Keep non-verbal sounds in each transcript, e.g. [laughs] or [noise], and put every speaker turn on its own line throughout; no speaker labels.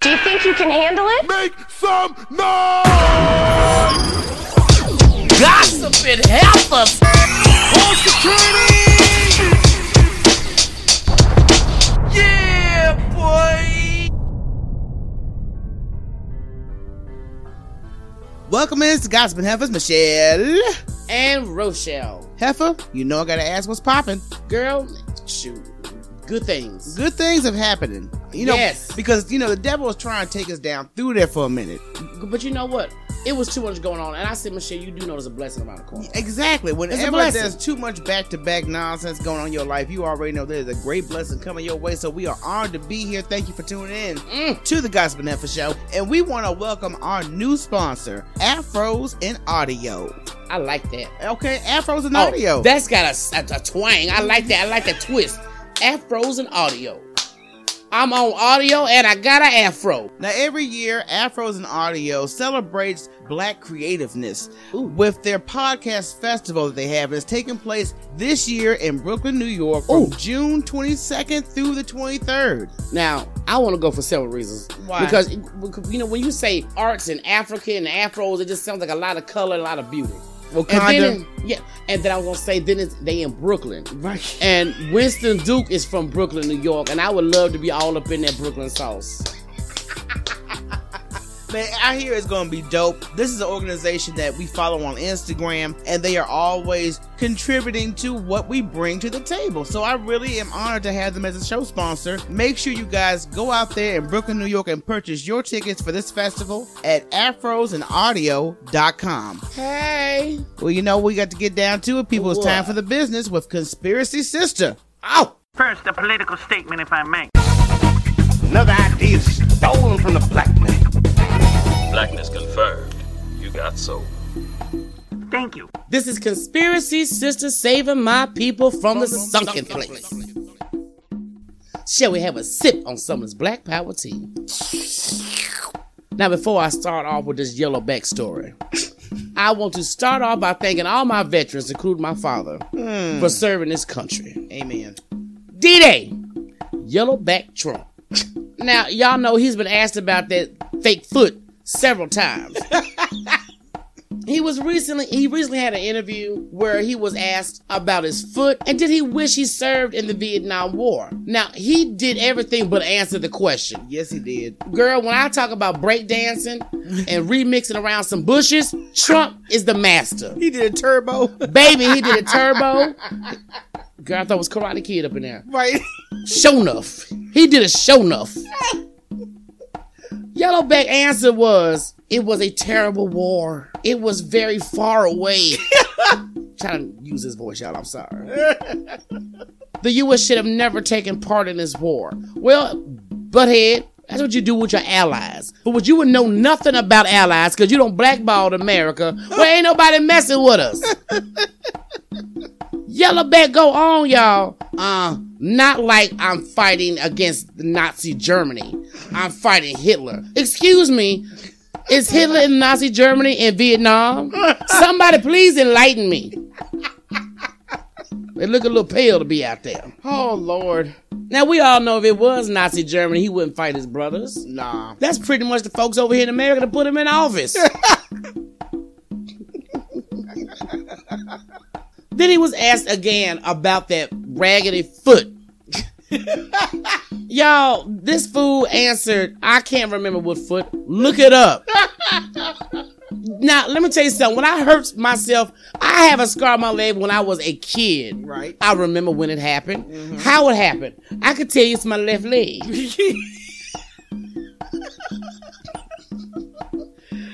Do you think you can handle it?
Make some noise!
Gossiping helpers.
Hold security!
Yeah, boy.
Welcome in to Gossiping Heifers, Michelle.
And Rochelle,
Heifer, you know I gotta ask what's popping.
girl, shoot, good things.
Good things have happening. You know,
Yes.
because you know the devil was trying to take us down through there for a minute.
But you know what? It was too much going on, and I said, Michelle, you do know there's a blessing around the corner.
Exactly. Whenever
blessing.
there's too much back to back nonsense going on in your life, you already know there's a great blessing coming your way. So we are honored to be here. Thank you for tuning in
Mm.
to the Gospel Netflix Show. And we want to welcome our new sponsor, Afros in Audio.
I like that.
Okay, Afros in
Oh,
Audio.
That's got a, a, a twang. I like that. I like that twist. Afros and audio. I'm on audio and I got an afro.
Now, every year, Afros and Audio celebrates black creativeness
Ooh.
with their podcast festival that they have. It's taking place this year in Brooklyn, New York from
Ooh.
June 22nd through the 23rd.
Now, I want to go for several reasons.
Why?
Because, because, you know, when you say arts and Africa and afros, it just sounds like a lot of color and a lot of beauty. And
Wakanda.
then, it- yeah, and then I was gonna say, then it's, they in Brooklyn,
Right.
and Winston Duke is from Brooklyn, New York, and I would love to be all up in that Brooklyn sauce.
Man, I hear it's gonna be dope. This is an organization that we follow on Instagram, and they are always contributing to what we bring to the table. So I really am honored to have them as a show sponsor. Make sure you guys go out there in Brooklyn, New York, and purchase your tickets for this festival at afrosandaudio.com.
Hey,
Well, you know, we got to get down to it, people. It's time
What?
for the business with Conspiracy Sister.
oh,
First, a political statement, if I may.
Another idea stolen from the black man.
Blackness confirmed. You got soul.
Thank you.
this is conspiracy sister saving my people from the sunken place. Shall we have a sip on some of this black power tea? Now, before I start off with this yellow backstory, I want to start off by thanking all my veterans, including my father, for serving this country.
Amen.
D Day, Yellowback Trump. Now, y'all know he's been asked about that fake foot several times. he was recently he recently had an interview where he was asked about his foot and did he wish he served in the Vietnam War. Now, he did everything but answer the question.
Yes, he did.
Girl, when I talk about breakdancing and remixing around some bushes, Trump is the master.
He did a turbo. [laughs]
Baby, he did a turbo. Girl, I thought it was Karate Kid up in there.
right.
Show enough. He did a show enough. [laughs] Yellowback answer was it was a terrible war. It was very far away. Trying to use his voice, y'all. I'm sorry. [laughs] the U.S. should have never taken part in this war. Well, butthead, that's what you do with your allies. But what you would know nothing about allies because you don't blackballed America. Well, ain't nobody messing with us. Yellowback go on, y'all. Uh, not like I'm fighting against Nazi Germany. I'm fighting Hitler. Excuse me. Is Hitler in Nazi Germany and [laughs] Vietnam? Somebody please enlighten me. They look a little pale to be out there. Oh Lord. Now we all know if it was Nazi Germany, he wouldn't fight his brothers.
Nah.
That's pretty much the folks over here in America to put him in office. [laughs] then he was asked again about that raggedy foot. [laughs] Y'all, this fool answered, I can't remember what foot. Look it up. now, let me tell you something. When I hurt myself, I have a scar on my leg when I was a kid.
Right.
I remember when it happened, how it happened. I could tell you it's my left leg.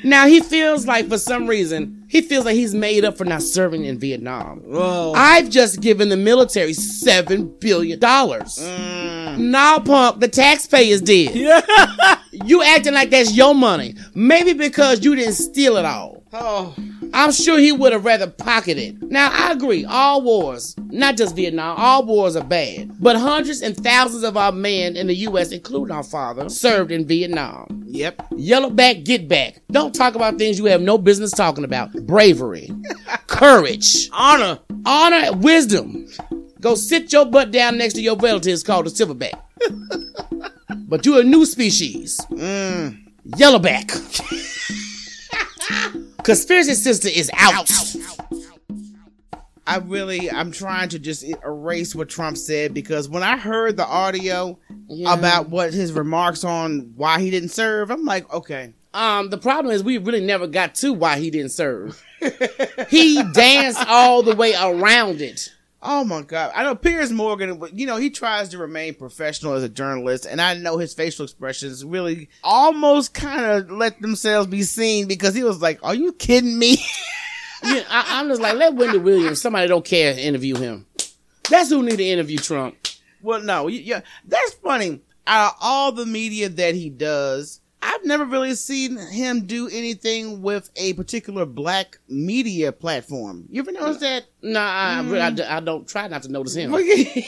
now he feels like for some reason he feels like he's made up for not serving in Vietnam.
Whoa.
I've just given the military seven billion dollars. Now, punk, the taxpayers did. you acting like that's your money. Maybe because you didn't steal it all.
oh.
I'm sure he would have rather pocketed. Now, I agree, all wars, not just Vietnam, all wars are bad. But hundreds and thousands of our men in the U.S., including our father, served in Vietnam.
Yep.
Yellowback, get back. Don't talk about things you have no business talking about. Bravery, courage,
Honor.
honor, wisdom. Go sit your butt down next to your relatives called a silverback. but you a new species. Yellowback. Conspiracy Sister is out.
I really, I'm trying to just erase what Trump said because when I heard the audio
Yeah.
about what his remarks on why he didn't serve, I'm like, okay,
Um, the problem is we really never got to why he didn't serve. he danced all the way around it.
oh my god. I know Piers Morgan, you know, he tries to remain professional as a journalist, and I know his facial expressions really almost kind of let themselves be seen because he was like, "Are you kidding me?"
Yeah, I, I'm just like, let Wendy Williams, somebody don't care, interview him. That's who need to interview Trump.
Well, no, y- yeah, that's funny. Out of all the media that he does, I've never really seen him do anything with a particular black media platform. You ever notice that?
No, I, I,
Mm.
I d- I don't try not to notice him. [laughs]
yeah,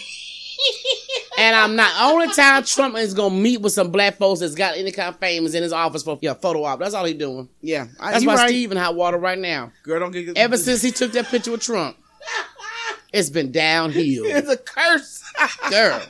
And I'm not. Only time Trump is gonna meet with some black folks that's got any kind of fame is in his office for yeah, photo op. That's all he doing.
I,
That's
you
why
right.
Steve in hot water right now.
Girl, don't
[laughs]
get
Ever since he took that picture with Trump, it's been downhill,
[laughs] It's a curse.
girl.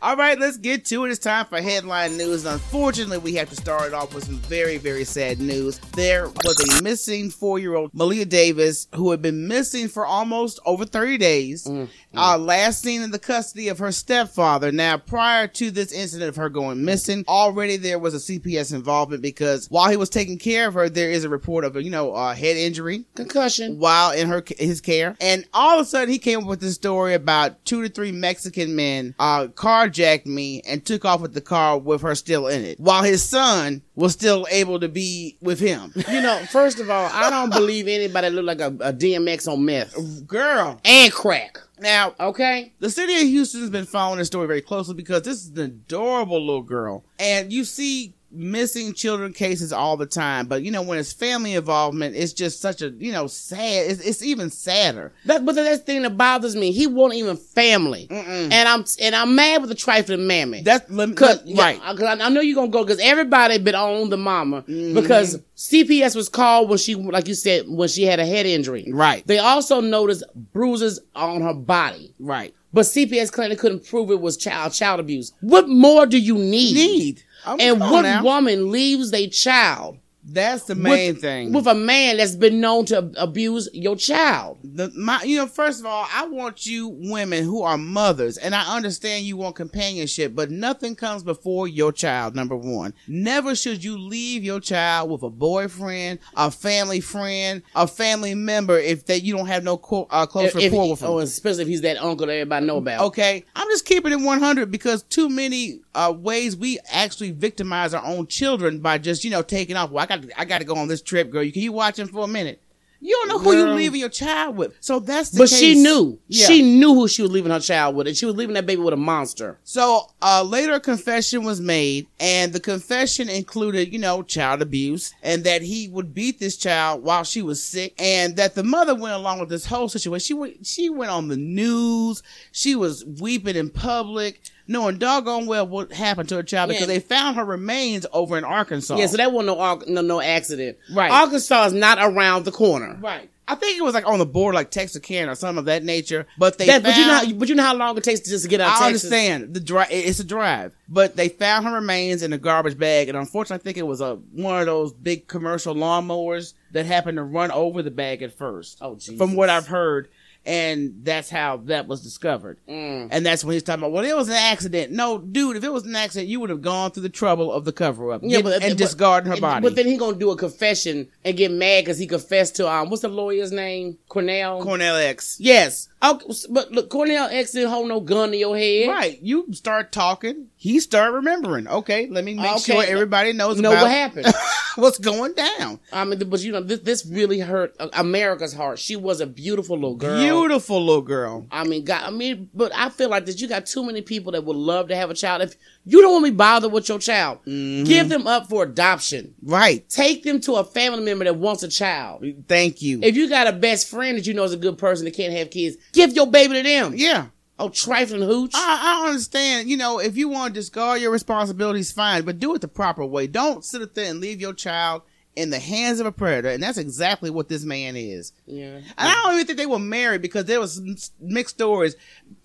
All right, let's get to it. It's time for headline news. Unfortunately, we have to start it off with some very, very sad news. There was a missing four year old Malia Davis who had been missing for almost over 30 days, uh, last seen in the custody of her stepfather. Now, prior to this incident of her going missing, already there was a CPS involvement because while he was taking care of her, there is a report of, you know, uh, head injury
Concussion.
while in her his care, and all of a sudden he came up with this story about two to three Mexican men uh, carjacked me and took off with the car with her still in it, while his son was still able to be with him. [laughs]
You know, first of all, I don't believe anybody look like a, a DMX on meth
Girl,
and crack.
now
Okay,
the city of Houston's been following this story very closely because this is an adorable little girl, and you see. Missing children cases all the time, but you know when it's family involvement, it's just such a you know sad. It's, it's even sadder.
that, but that's the thing that bothers me. He won't even family, and I'm and I'm mad with the trifling mammy.
That's let me,
Cause,
right.
right. I, I know you're gonna go because everybody been on the mama
Mm-hmm.
because CPS was called when she, like you said, when she had a head injury.
Right.
They also noticed bruises on her body,
right.
but CPS claimed they couldn't prove it was child child abuse. What more do you need?
need. I mean,
And
Oh, come on
what
now.
woman leaves their child
That's the main
with,
thing.
with a man that's been known to ab- abuse your child?
the, my, you know, first of all, I want you women who are mothers, and I understand you want companionship, but nothing comes before your child. Number one, never should you leave your child with a boyfriend, a family friend, a family member if that you don't have no co- uh, close
If- if
rapport
he-
with them.
oh, especially if he's that uncle that everybody know about.
Okay, I'm just keeping it 100 because too many uh, ways we actually victimize our own children by just you know taking off. Well, I got I got to go on this trip, girl. You can you watch him for a minute? You don't know who you're
Girl.
leaving your child with. So that's the
But she
case.
knew.
Yeah.
She knew who she was leaving her child with, and she was leaving that baby with a monster.
So uh, later, a confession was made, and the confession included, you know, child abuse, and that he would beat this child while she was sick, and that the mother went along with this whole situation. She went, she went on the news. She was weeping in public, knowing doggone well what happened to her child because
Yeah.
they found her remains over in Arkansas.
Yeah, so that wasn't no arc- no, no accident.
Right.
Arkansas is not around the corner.
right. I think it was like on the border, like Texarkana or something of that nature. But they,
That, but you know,
found-
how, but you know how long it takes to just get out. of
I
Texas?
understand the drive. It's a drive, but they found her remains in a garbage bag, and unfortunately, I think it was a one of those big commercial lawnmowers that happened to run over the bag at first.
Oh, Jesus.
From what I've heard, and that's how that was discovered.
Mm.
And that's when he's talking about, well, it was an accident. No, dude, if it was an accident, you would have gone through the trouble of the cover up,
Yeah, but
and discarding her
but-
body.
But then he gonna do a confession and get mad because he confessed to um what's the lawyer's name Cornell.
Cornell X.
yes. Okay, but look, Cornell X didn't hold no gun to your head.
Right, you start talking, he start remembering. Okay, let me make
Okay,
sure everybody knows
Know
about
what happened? [laughs]
what's going down.
I mean, but you know, this, this really hurt uh, America's heart. She was a beautiful little girl.
Beautiful little girl.
I mean, God, I mean, but I feel like that you got too many people that would love to have a child. If you don't want to be bothered with your child,
Mm-hmm.
give them up for adoption.
Right.
Take them to a family member that wants a child.
Thank you.
If you got a best friend that you know is a good person that can't have kids, give your baby to them.
yeah. Ah.
Oh, trifling hooch.
I, I understand, you know, if you want to discard your responsibilities, fine, but do it the proper way. Don't sit up there and leave your child in the hands of a predator, and that's exactly what this man is.
Yeah.
And I don't even think they were married because there was some s- mixed stories,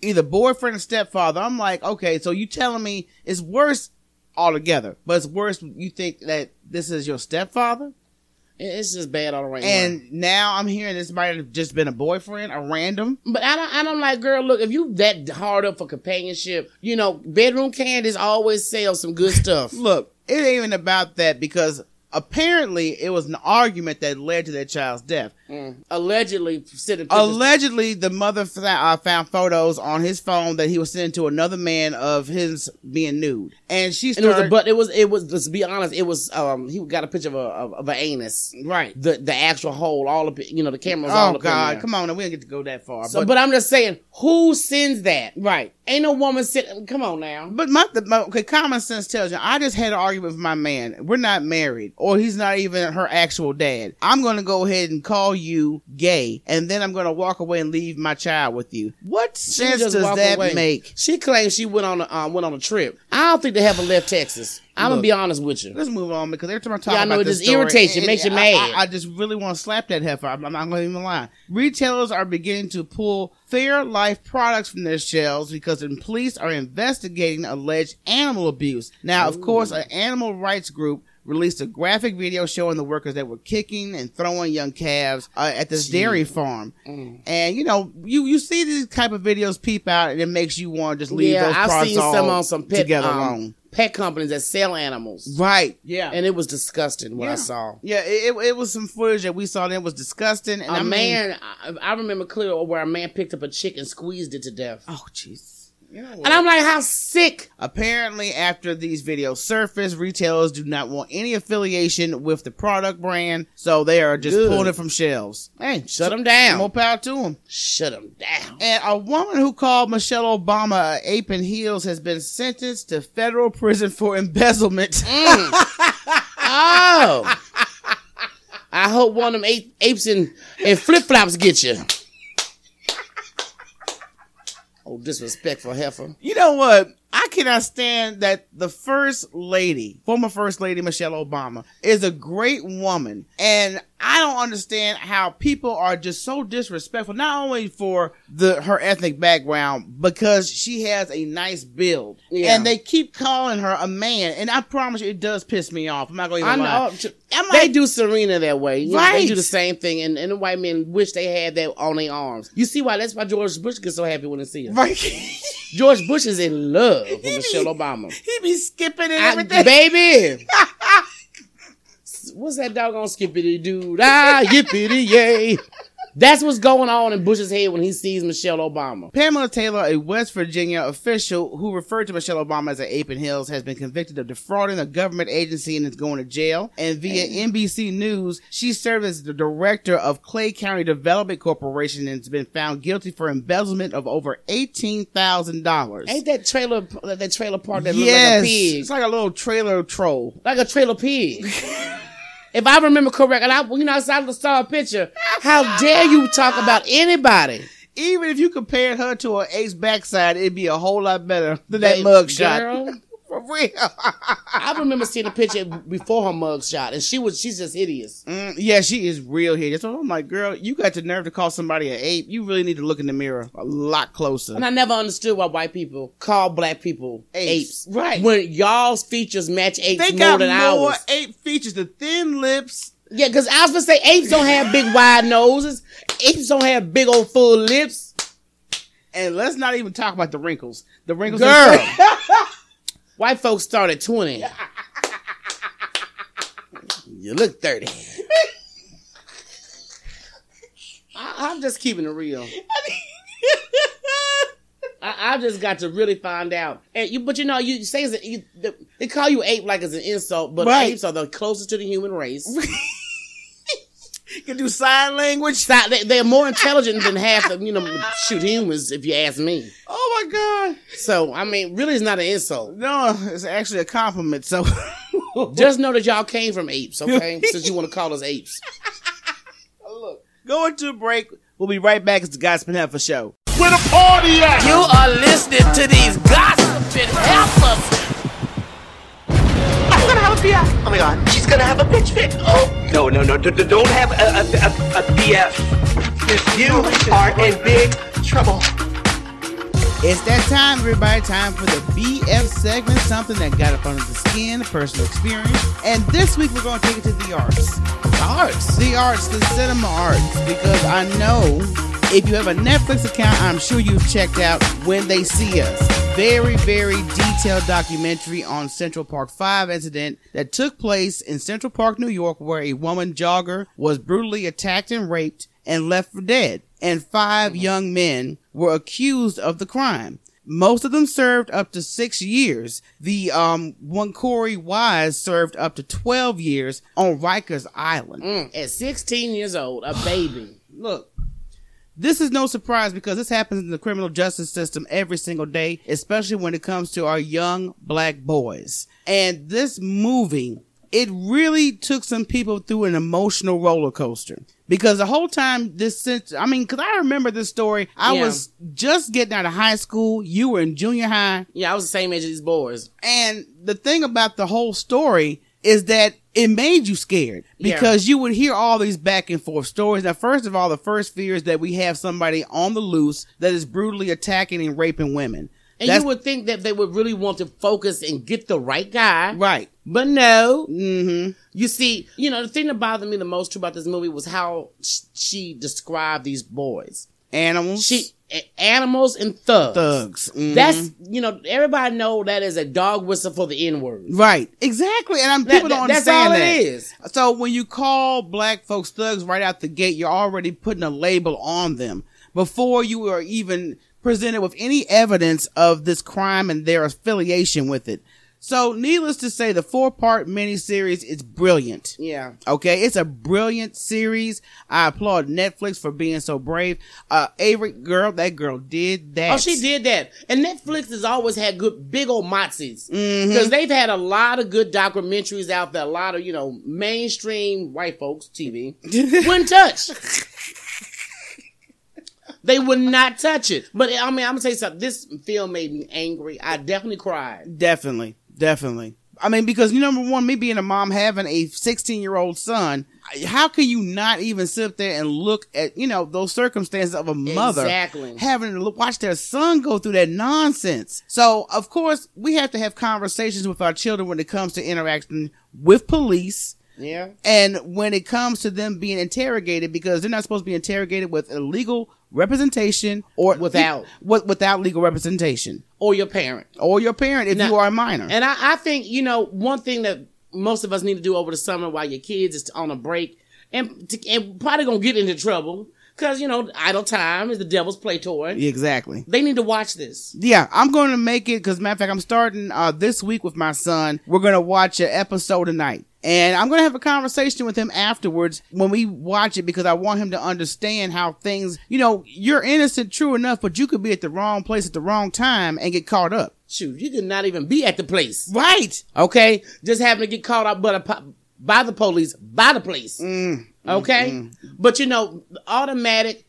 either boyfriend or stepfather. I'm like, okay, so you telling me it's worse altogether, but it's worse. You think that this is your stepfather,
It- It's just bad all around.
and now I'm hearing this might have just been a boyfriend, a random.
But I don't, I don't like, girl, look, if you that hard up for companionship, you know, bedroom candies always sell some good stuff.
Look, it ain't even about that because apparently it was an argument that led to that child's death.
Allegedly, sitting
Allegedly, the mother fa- uh, found photos on his phone that he was sending to another man of his being nude, and she
and it was
started.
a but it was it was let's be honest it was um he got a picture of a of, of an anus
Right.
the the actual hole all up you know the cameras all
Oh
up
God! Come on, now. we don't get to go that far.
so,
but,
but, I'm just saying who sends that right ain't no woman sitting come on now
but my, the, my okay, common sense tells you I just had an argument with my man. We're not married, or he's not even her actual dad. I'm going to go ahead and call you gay, and then I'm going to walk away and leave my child with you. What
She
sense
just
does
walk
that
away.
make?
she claims she went on a um, went on a trip I don't think they haven't left Texas I'm gonna
Look.
be honest with you
Let's move on because every time I talk
Yeah, I know,
about
it
this
just
story,
irritates you,
it-
makes you
I-
mad.
I, I just really want to slap that heifer. I'm, I'm not going to even lie. Retailers are beginning to pull fair life products from their shelves because the police are investigating alleged animal abuse. Now, of course, an animal rights group released a graphic video showing the workers that were kicking and throwing young calves uh, at this dairy farm.
Mm.
And you know, you you see these type of videos peep out, and it makes you want to just leave
yeah
those
I've
products
seen
all
some on some pet
together
um,
alone.
pet companies that sell animals
Right. Yeah.
and it was disgusting what
Yeah.
I saw
Yeah, it, it, it was some footage that we saw that was disgusting. And
a
I mean-
man I, I remember clear where a man picked up a chick and squeezed it to death
oh jeez. You know what?
and I'm like how sick
Apparently, after these videos surface, retailers do not want any affiliation with the product brand, so they are just
Good.
pulling it from shelves. Hey,
Shut
so-
them down.
More power to them.
Shut them down.
And a woman who called Michelle Obama a ape in heels has been sentenced to federal prison for [laughs] embezzlement.
Oh. I hope one of them ape, apes and, and flip flops get
[laughs]
you. Oh, disrespectful heifer.
You know what? I cannot stand that the first lady, former first lady Michelle Obama, is a great woman. And I don't understand how people are just so disrespectful, not only for the her ethnic background, because she has a nice build.
Yeah.
And they keep calling her a man. And I promise you, it does piss me off. I'm not going to
I
even
know.
lie.
They
I'm like-
do Serena that way. You know, They
Right.
do the same thing, and, and the white men wish they had that on their arms. You see why? That's why George Bush gets so happy when he see her.
Right. [laughs] he
George Bush is in love
[laughs]
with Michelle Obama.
be skipping and
I,
everything.
baby. [laughs] What's that doggone skippity doo da yippity yay? That's what's going on in Bush's head when he sees Michelle Obama.
Pamela Taylor, a West Virginia official who referred to Michelle Obama as an ape in heels, has been convicted of defrauding a government agency and is going to jail. And via NBC News, she served as the director of Clay County Development Corporation and has been found guilty for embezzlement of over eighteen thousand dollars.
Ain't that trailer that trailer park that looks
Yes,
like a pig?
it's like a little trailer troll.
Like a trailer
[laughs]
pig. if I remember correct, and I you know I saw, saw a picture. How dare you talk about anybody?
Even if you compared her to an ape's backside, it'd be a whole lot better than that
Hey,
mug shot.
girl,
[laughs] For real.
I remember seeing a picture before her mugshot, and she was she's just hideous.
Mm, yeah, she is real hideous. So I'm like, girl, you got the nerve to call somebody an ape. You really need to look in the mirror a lot closer.
And I never understood why white people call black people apes.
Apes. Right.
When y'all's features match apes
they
more
got
than
more
ours.
ape features: the thin lips.
Yeah, because I was gonna say apes don't have big wide noses. Apes don't have big old full lips.
And let's not even talk about the wrinkles. The wrinkles,
Girl.
[laughs]
White folks start at 20. you look 30. I, I'm just keeping it real. I, I just got to really find out. And you, but you know, you say it's a, you, the, they call you ape like it's an insult, but
Right.
apes are the closest to the human race.
[laughs] you can do sign language.
Si- [laughs] they, they're more intelligent than half of you know shoot humans, if you ask me.
Oh my
So I mean, really, it's not an insult.
god! No, it's actually a compliment. So, [laughs]
Just know that y'all came from apes, okay? Since you want to call us apes.
going to a break. We'll be right back. It's the Gospel Heifer Show.
Where the party at?
You are listening to these gossiping heifers.
I'm gonna have a beer. Oh my god, she's
She's gonna have a bitch fit. Oh no, no, no! D- d- don't have a a, a, a BF. 'Cause You are in big trouble.
It's that time, everybody. Time for the BF segment, something that got up under the skin, personal experience. And this week, we're going to take it to the arts. The arts? The arts, the cinema arts. Because I know if you have a Netflix account, I'm sure you've checked out When They See Us. Very, very detailed documentary on Central Park 5 incident that took place in Central Park, New York, where a woman jogger was brutally attacked and raped and left for dead, and 5 young men were accused of the crime. Most of them served up to six years. The um, one Corey Wise served up to 12 years on Rikers Island.
At 16 years old, a baby. [sighs]
Look, this is no surprise because this happens in the criminal justice system every single day, especially when it comes to our young black boys. And this movie, it really took some people through an emotional roller coaster because the whole time this since I mean, because I remember this story, I
Yeah.
was just getting out of high school. You were in junior high.
Yeah, I was the same age as these boys.
And the thing about the whole story is that it made you scared
Yeah.
because you would hear all these back and forth stories. Now, first of all, the first fear is that we have somebody on the loose that is brutally attacking and raping women.
And
That's
you would think that they would really want to focus and get the right guy.
right.
But no.
Mm-hmm.
You see, you know, the thing that bothered me the most too about this movie was how sh- she described these boys.
Animals,
She a- animals and thugs.
thugs. Mhm.
That's you know everybody know that is a dog whistle for the N word.
right. Exactly. And I'm,
That,
people
that-
don't
that's
understand
all
that.
it is.
So when you call black folks thugs right out the gate, you're already putting a label on them before you are even presented with any evidence of this crime and their affiliation with it. So needless to say, the four part miniseries is brilliant.
Yeah.
Okay, it's a brilliant series. I applaud Netflix for being so brave. Uh, Avery, girl, that girl did that.
Oh, she did that. And Netflix has always had good, big old mozzies. Because they've had a lot of good documentaries out there, a lot of, you know, mainstream white folks TV wouldn't touch. they would not touch it. But I mean, I'm going to tell you something. This film made me angry. I definitely cried.
Definitely, definitely. I mean, because you number one, me being a mom, having a 16 year old son, how can you not even sit up there and look at you know those circumstances of a mother
Exactly.
having to look, watch their son go through that nonsense? So of course we have to have conversations with our children when it comes to interacting with police.
Yeah.
And when it comes to them being interrogated, because they're not supposed to be interrogated with illegal representation or
Without.
with, without legal representation
Or your parent.
or your parent if
Now-
you are a minor.
And I, I think, you know, one thing that most of us need to do over the summer while your kids is on a break and, to, and probably gonna get into trouble because, you know, idle time is the devil's play toy.
Exactly.
They need to watch this.
Yeah, I'm going to make it because, matter of fact, I'm starting uh, this week with my son. We're going to watch an episode tonight. And I'm going to have a conversation with him afterwards when we watch it because I want him to understand how things, you know, you're innocent, true enough, but you could be at the wrong place at the wrong time and get caught up.
Shoot, you could not even be at the place.
Right.
Okay? Just having to get called out by the, po- by the police, by the police. okay? But, you know, automatic,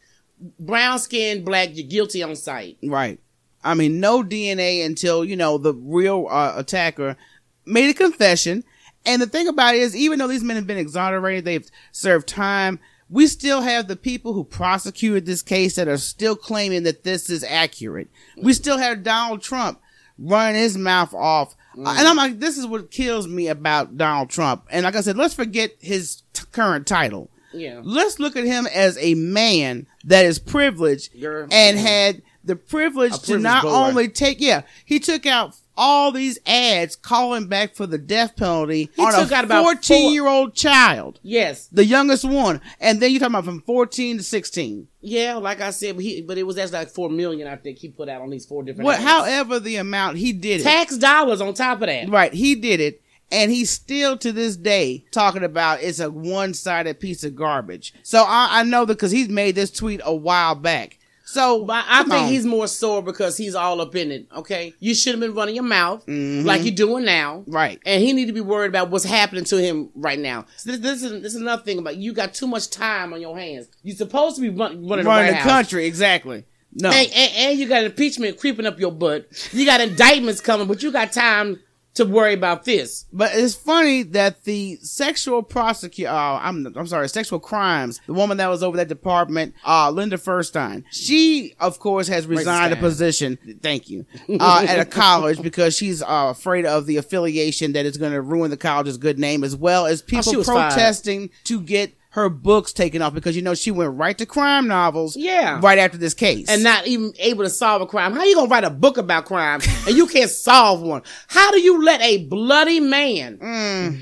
brown skin, black, you're guilty on sight.
Right. I mean, no DNA until, you know, the real uh, attacker made a confession. And the thing about it is, even though these men have been exonerated, they've served time, we still have the people who prosecuted this case that are still claiming that this is accurate. We still have Donald Trump running his mouth off. And I'm like, this is what kills me about Donald Trump. And like I said, let's forget his t- current title.
Yeah.
Let's look at him as a man that is privileged
Girl.
and had the privilege to
privileged
not
boy.
only take yeah, he took out all these ads calling back for the death penalty on
took
a
out about four-
fourteen year old child,
Yes.
the youngest one, and then you're talking about from fourteen to sixteen.
Yeah, like I said, but, he, but it was actually like four million. I think he put out on these four different.
What,
apps.
however, the amount he did it
tax dollars on top of that?
right, he did it. And he's still to this day talking about it's a one sided piece of garbage. So I, I know that because he's made this tweet a while back. So
But I
come
think
on.
he's more sore because he's all up in it. Okay, you should have been running your mouth like you're doing now,
Mm-hmm. Right.
And he need to be worried about what's happening to him right now. So this, this is this is another thing about you got too much time on your hands. You're supposed to be run, running, the
running the
White House.
country. Exactly. No.
And, and, and you got impeachment creeping up your butt. You got indictments coming, but you got time to worry about this.
But it's funny that the sexual prosecutor, uh, I'm, I'm sorry, sexual crimes, the woman that was over that department, uh, Linda Furstein, she, of course, has resigned a
Furstein.
position, thank you, uh, at a college because she's uh, afraid of the affiliation that is going to ruin the college's good name as well as people
Oh, she was fired.
protesting to get her books taken off because, you know, she went right to crime novels
Yeah.
right after this case.
And not even able to solve a crime. How you gonna write a book about crime and you can't solve one? How do you let a bloody man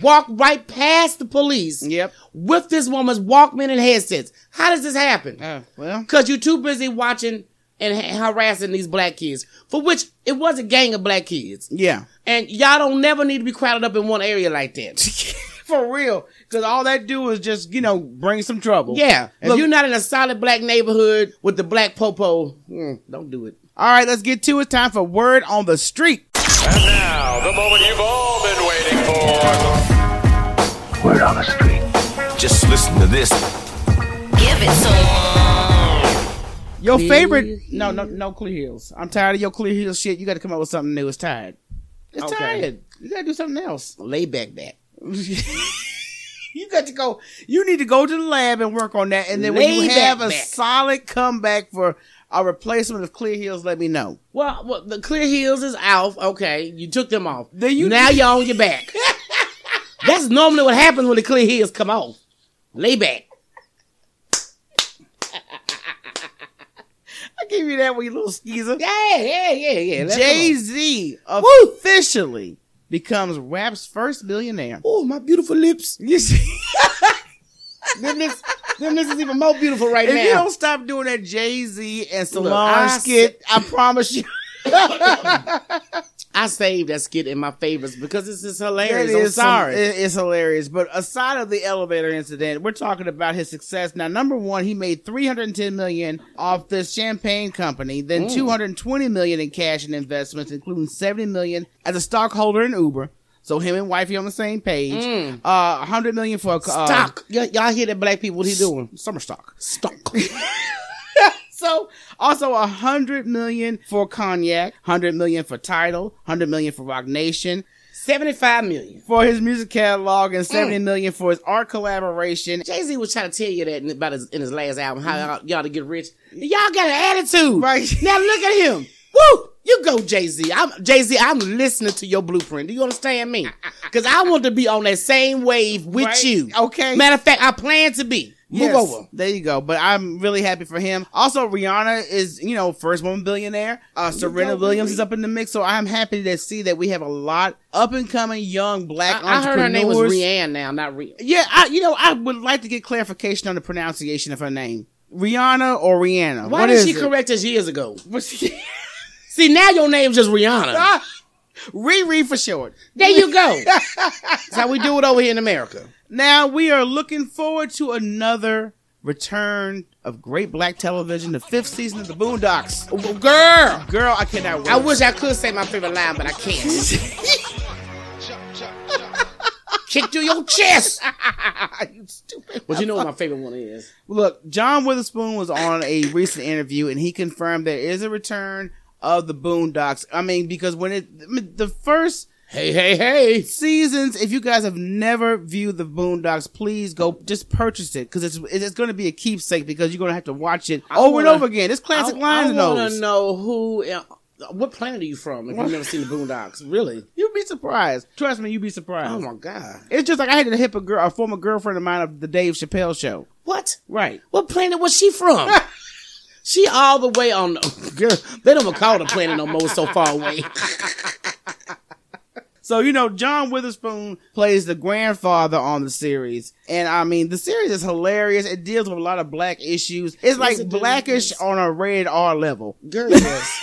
walk right past the police
Mm. Yep.
with this woman's Walkman and headsets? How does this happen?
Uh, well,
Cause you're too busy watching and ha- harassing these black kids, for which it was a gang of black kids.
yeah.
And y'all don't never need to be crowded up in one area like that.
[laughs] For real. Because all that do is just, you know, bring some trouble.
Yeah. If
If you
you're not in a solid black neighborhood with the black popo, mm, don't do it.
All right, let's get to it. Time for word on the street.
And now, the moment you've all been waiting for.
Just listen to this.
Give it to 'em.
Your
Clear
favorite?
Hills.
No, no, no, Clear Hills. I'm tired of your Clear Hills shit. You got to come up with something new. It's tired. It's
Okay.
tired. You got to do something else.
Lay back that.
You got to go. You need to go to the lab and work on that. And then when
Lay
you have
back,
a
back.
solid comeback for a replacement of Clear Hills, let me know.
Well, well, the Clear Heels is out. Okay, you took them off.
Then you-
now you're on your [laughs] back. That's normally what happens when the Clear Heels come off. Lay back.
I give you that one, you little skeezer.
Yeah, yeah, yeah, yeah. Let's
Jay
go.
Z officially becomes rap's first billionaire.
Oh, my beautiful lips.
You see,
Them lips, them lips is even more beautiful right
if
now.
you don't stop doing that Jay Z and Solange
I
skit, I
[laughs]
promise you.
I saved that skit in my favorites because it's just
That
hilarious. I'm
is some-
sorry.
it- it's hilarious. But aside of the elevator incident, we're talking about his success. Now, number one, he made 310 million off this champagne company, then
Mm.
220 million in cash and investments, including 70 million as a stockholder in Uber. So him and wifey on the same page.
Mm.
Uh, 100 million for a uh,
Stock. Y- y'all hear that black people? What he doing?
Summer stock.
[laughs] Stock.
So also a hundred million for cognac, hundred million for title, hundred million for Rock Nation,
75 million.
for his music catalog,
Mm.
and seventy million for his art collaboration.
Jay Z was trying to tell you that in, about his, in his last album, how y'all, y'all to get rich. Y'all got an attitude.
Right.
[laughs] Now look at him. Woo! You go, Jay Z. I'm Jay Z. I'm listening to your blueprint. Do you understand
[laughs]
me? Because I want to be on that same wave with
Right.
you.
Okay.
Matter of fact, I plan to be. Move
Yes,
over.
There you go. But I'm really happy for him. Also, Rihanna is, you know, first woman billionaire. Uh, Serena Williams is up in the mix. So I'm happy to see that we have a lot up and coming young black
I, I heard her name was
entrepreneurs.
Rianne now, not Rihanna.
Yeah, I, you know, I would like to get clarification on the pronunciation of her name. Rihanna or Rihanna?
Why
What
did
is
she
it?
correct us years ago? [laughs] See, now your name's just Rihanna.
Ah, Riri for short.
There you go.
[laughs]
That's how we do it over here in America.
Now we are looking forward to another return of great black television, the fifth season of the Boondocks.
Girl,
Girl, I cannot wait.
I wish I could say my favorite line, but I
[laughs]
can't. Kick through your chest.
[laughs] you stupid.
But you know what my favorite one is?
Look, John Witherspoon was on a recent interview and he confirmed there is a return of the Boondocks. I mean, because when it I mean, the first
Hey, hey, hey.
seasons, if you guys have never viewed the Boondocks, please go just purchase it because it's it's going to be a keepsake because you're going to have to watch it over and
wanna-
over again. It's classic lines.
I,
in
I want
those.
to know who, uh, what planet are you from if you've never seen the Boondocks? Really?
You'd be surprised. Trust me, you'd be surprised.
Oh my God.
It's just like I had to hip a girl, a former girlfriend of mine of the Dave Chappelle show.
What?
Right.
What planet was she from? [laughs] she all the way on. Girl, they don't even call the planet no more. It's so far away.
So you know, John Witherspoon plays the grandfather on the series, and I mean, the series is hilarious. It deals with a lot of black issues. It's like
it do?
blackish on a rated R level.
Girl, yes.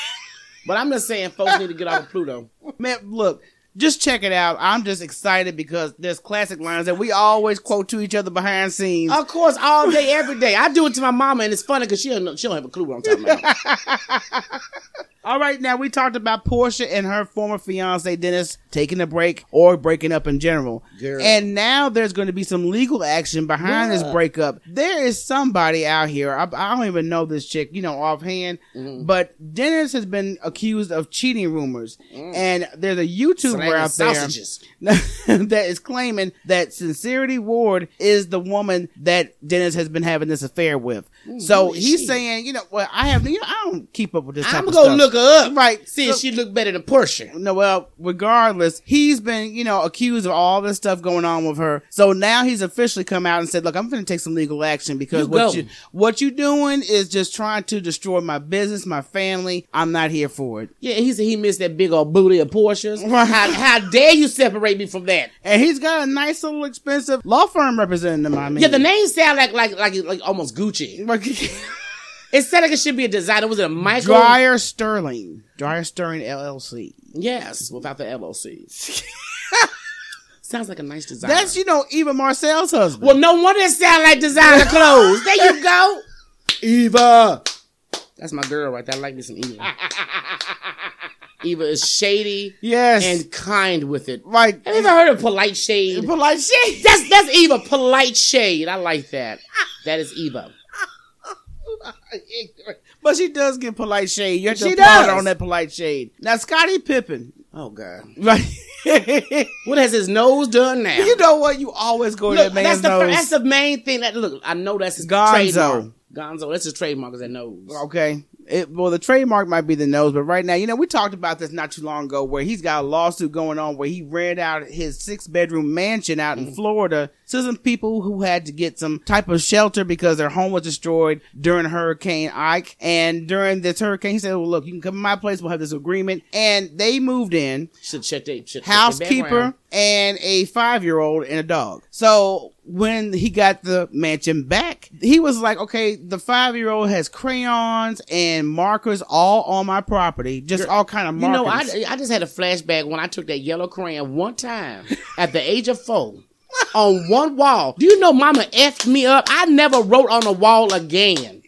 But I'm just saying, folks need to get off of Pluto.
Man, look. Just check it out. I'm just excited because there's classic lines that we always quote to each other behind scenes.
Of course, all day, every day. I do it to my mama, and it's funny because she don't know, she don't have a clue what I'm talking about.
All right, now we talked about Portia and her former fiance Dennis taking a break or breaking up in general.
Girl.
And now there's going to be some legal action behind this
Yeah.
breakup. There is somebody out here. I, I don't even know this chick, you know, offhand.
Mm-hmm.
But Dennis has been accused of cheating rumors, and there's a YouTube somewhere out there
Mm. Sausages.
[laughs] that is claiming that Sincerity Ward is the woman that Dennis has been having this affair with. so
who is
he's
she?
saying, you know, well, I have, you know, I don't keep up with this.
I'm gonna look her up.
Right.
See, if
So-
she look better than Portia.
No, well, regardless, he's been, you know, accused of all this stuff going on with her. So now he's officially come out and said, "Look, I'm going to take some legal action because
You
what
go.
you what you doing is just trying to destroy my business, my family. I'm not here for it."
Yeah, he said he missed that big old booty of Portia's.
Right.
How, how dare you separate me from that?
And he's got a nice little expensive law firm representing him. I mean,
Yeah, the
[laughs]
name sound like like like, like almost Gucci. [laughs] It sounded like it should be a designer. Was it a Michael?
Dryer Sterling, Dryer Sterling LLC.
Yes, without the [laughs] LLC. Sounds like a nice designer.
That's you know Eva Marcel's husband.
well, no wonder it sound like designer clothes. There you go, Eva. That's my girl right there. I like me some Eva. [laughs] Eva is shady
yes,
and kind with it.
like
Have you ever heard of polite shade?
polite shit.
That's that's Eva. Polite shade. I like that. That is Eva.
But she does get polite shade. You have to
She
applaud her
does.
on that polite shade. Now Scottie Pippen,
Oh God.
[laughs] like
What has his nose done now?
you know what? You always go to
Look,
that man's
that's the fir-
nose.
that's the main thing. That look, I know that's his
Gonzo.
trademark. Gonzo, that's his trademark. Is that nose?
Okay. It, well, the trademark might be the nose, but right now, you know, we talked about this not too long ago where he's got a lawsuit going on where he rented out his six bedroom mansion out in Florida to some people who had to get some type of shelter because their home was destroyed during Hurricane Ike. And during this hurricane, he said, Well, look, you can come to my place. We'll have this agreement. And they moved in
Should check that. Should check their
housekeeper
background.
and a five year old and a dog. So when he got the mansion back, he was like, okay, the five year old has crayons and markers all on my property, just all kind of
You know, I,
markers.
I just had a flashback when I took that yellow crayon one time at the age of four on one wall. Do you know Mama effed me up? I never wrote on a wall again.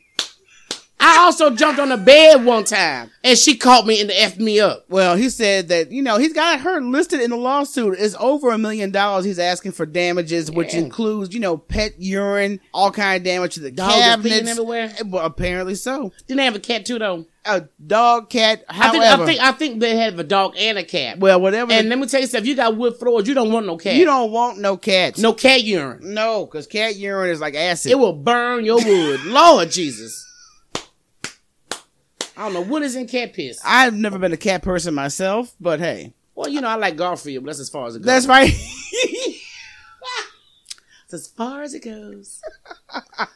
I also jumped on the bed one time and she caught me and effed me up.
well, he said that, you know, he's got her listed in the lawsuit. It's over a million dollars he's asking for damages, which
Yeah.
includes, you know, pet urine, all kind of damage to the
Dogs are peeing
cabinets.
everywhere.
Well, apparently so.
Didn't they have a cat too though?
A dog, cat,
I think,
however.
I think I think they had a dog and a cat.
well, whatever. the-
And let me tell you something. If you got wood floors, you don't want no cat.
Mm. you don't want no cats.
no cat urine.
No, because cat urine is like acid.
It will burn your
[laughs]
wood. Lord Jesus. I don't know what is in cat piss.
I've never been a cat person myself, but hey,
Well, you know I like Garfield, but that's as far as it goes.
that's right. [laughs]
That's as far as it goes.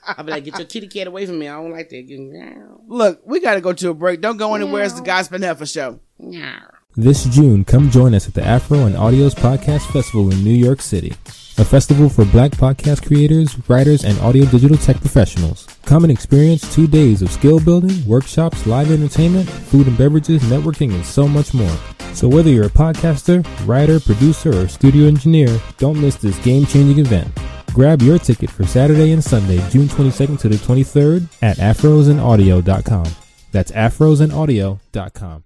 I'll be like, get your kitty cat away from me. I don't like that. Meow,
Look, we got to go to a break. Don't go anywhere. It's the Gospel Heifer Show.
meow.
This June, come join us at the Afro and Audios Podcast Festival in New York City, a festival for black podcast creators, writers, and audio digital tech professionals. Come and experience two days of skill building, workshops, live entertainment, food and beverages, networking, and so much more. So, whether you're a podcaster, writer, producer, or studio engineer, don't miss this game changing event. Grab your ticket for Saturday and Sunday, June 22nd to the 23rd at afrosandaudio.com. That's afrosandaudio.com.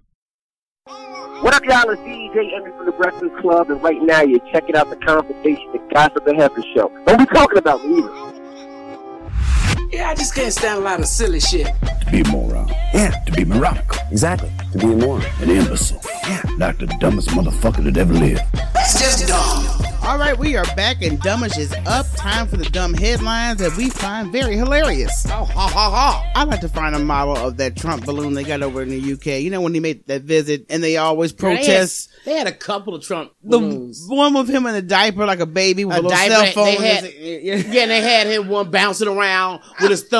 What up, y'all? It's DJ Envy from the Breakfast Club, and right now you're checking out the conversation, the Gossip and Heifer Show. Don't be talking about me either.
Yeah, I just can't stand a lot of silly shit.
Be a moron. Yeah. To be moronical. Exactly. To be a moron. An imbecile. Yeah. Like the dumbest motherfucker that ever lived.
It's just dumb.
All right, we are back, and Dumbish is up. Time for the dumb headlines that we find very hilarious.
Oh, ha, ha, ha.
I like to find a model of that Trump balloon they got over in the UK. You know when he made that visit, and they always protest.
They had, they had a couple of Trump
The
balloons.
one with him in a diaper, like a baby with a,
A
little
diaper,
cell phone.
they had-
Yeah. [laughs]
yeah, and they had him one bouncing around with his thumb.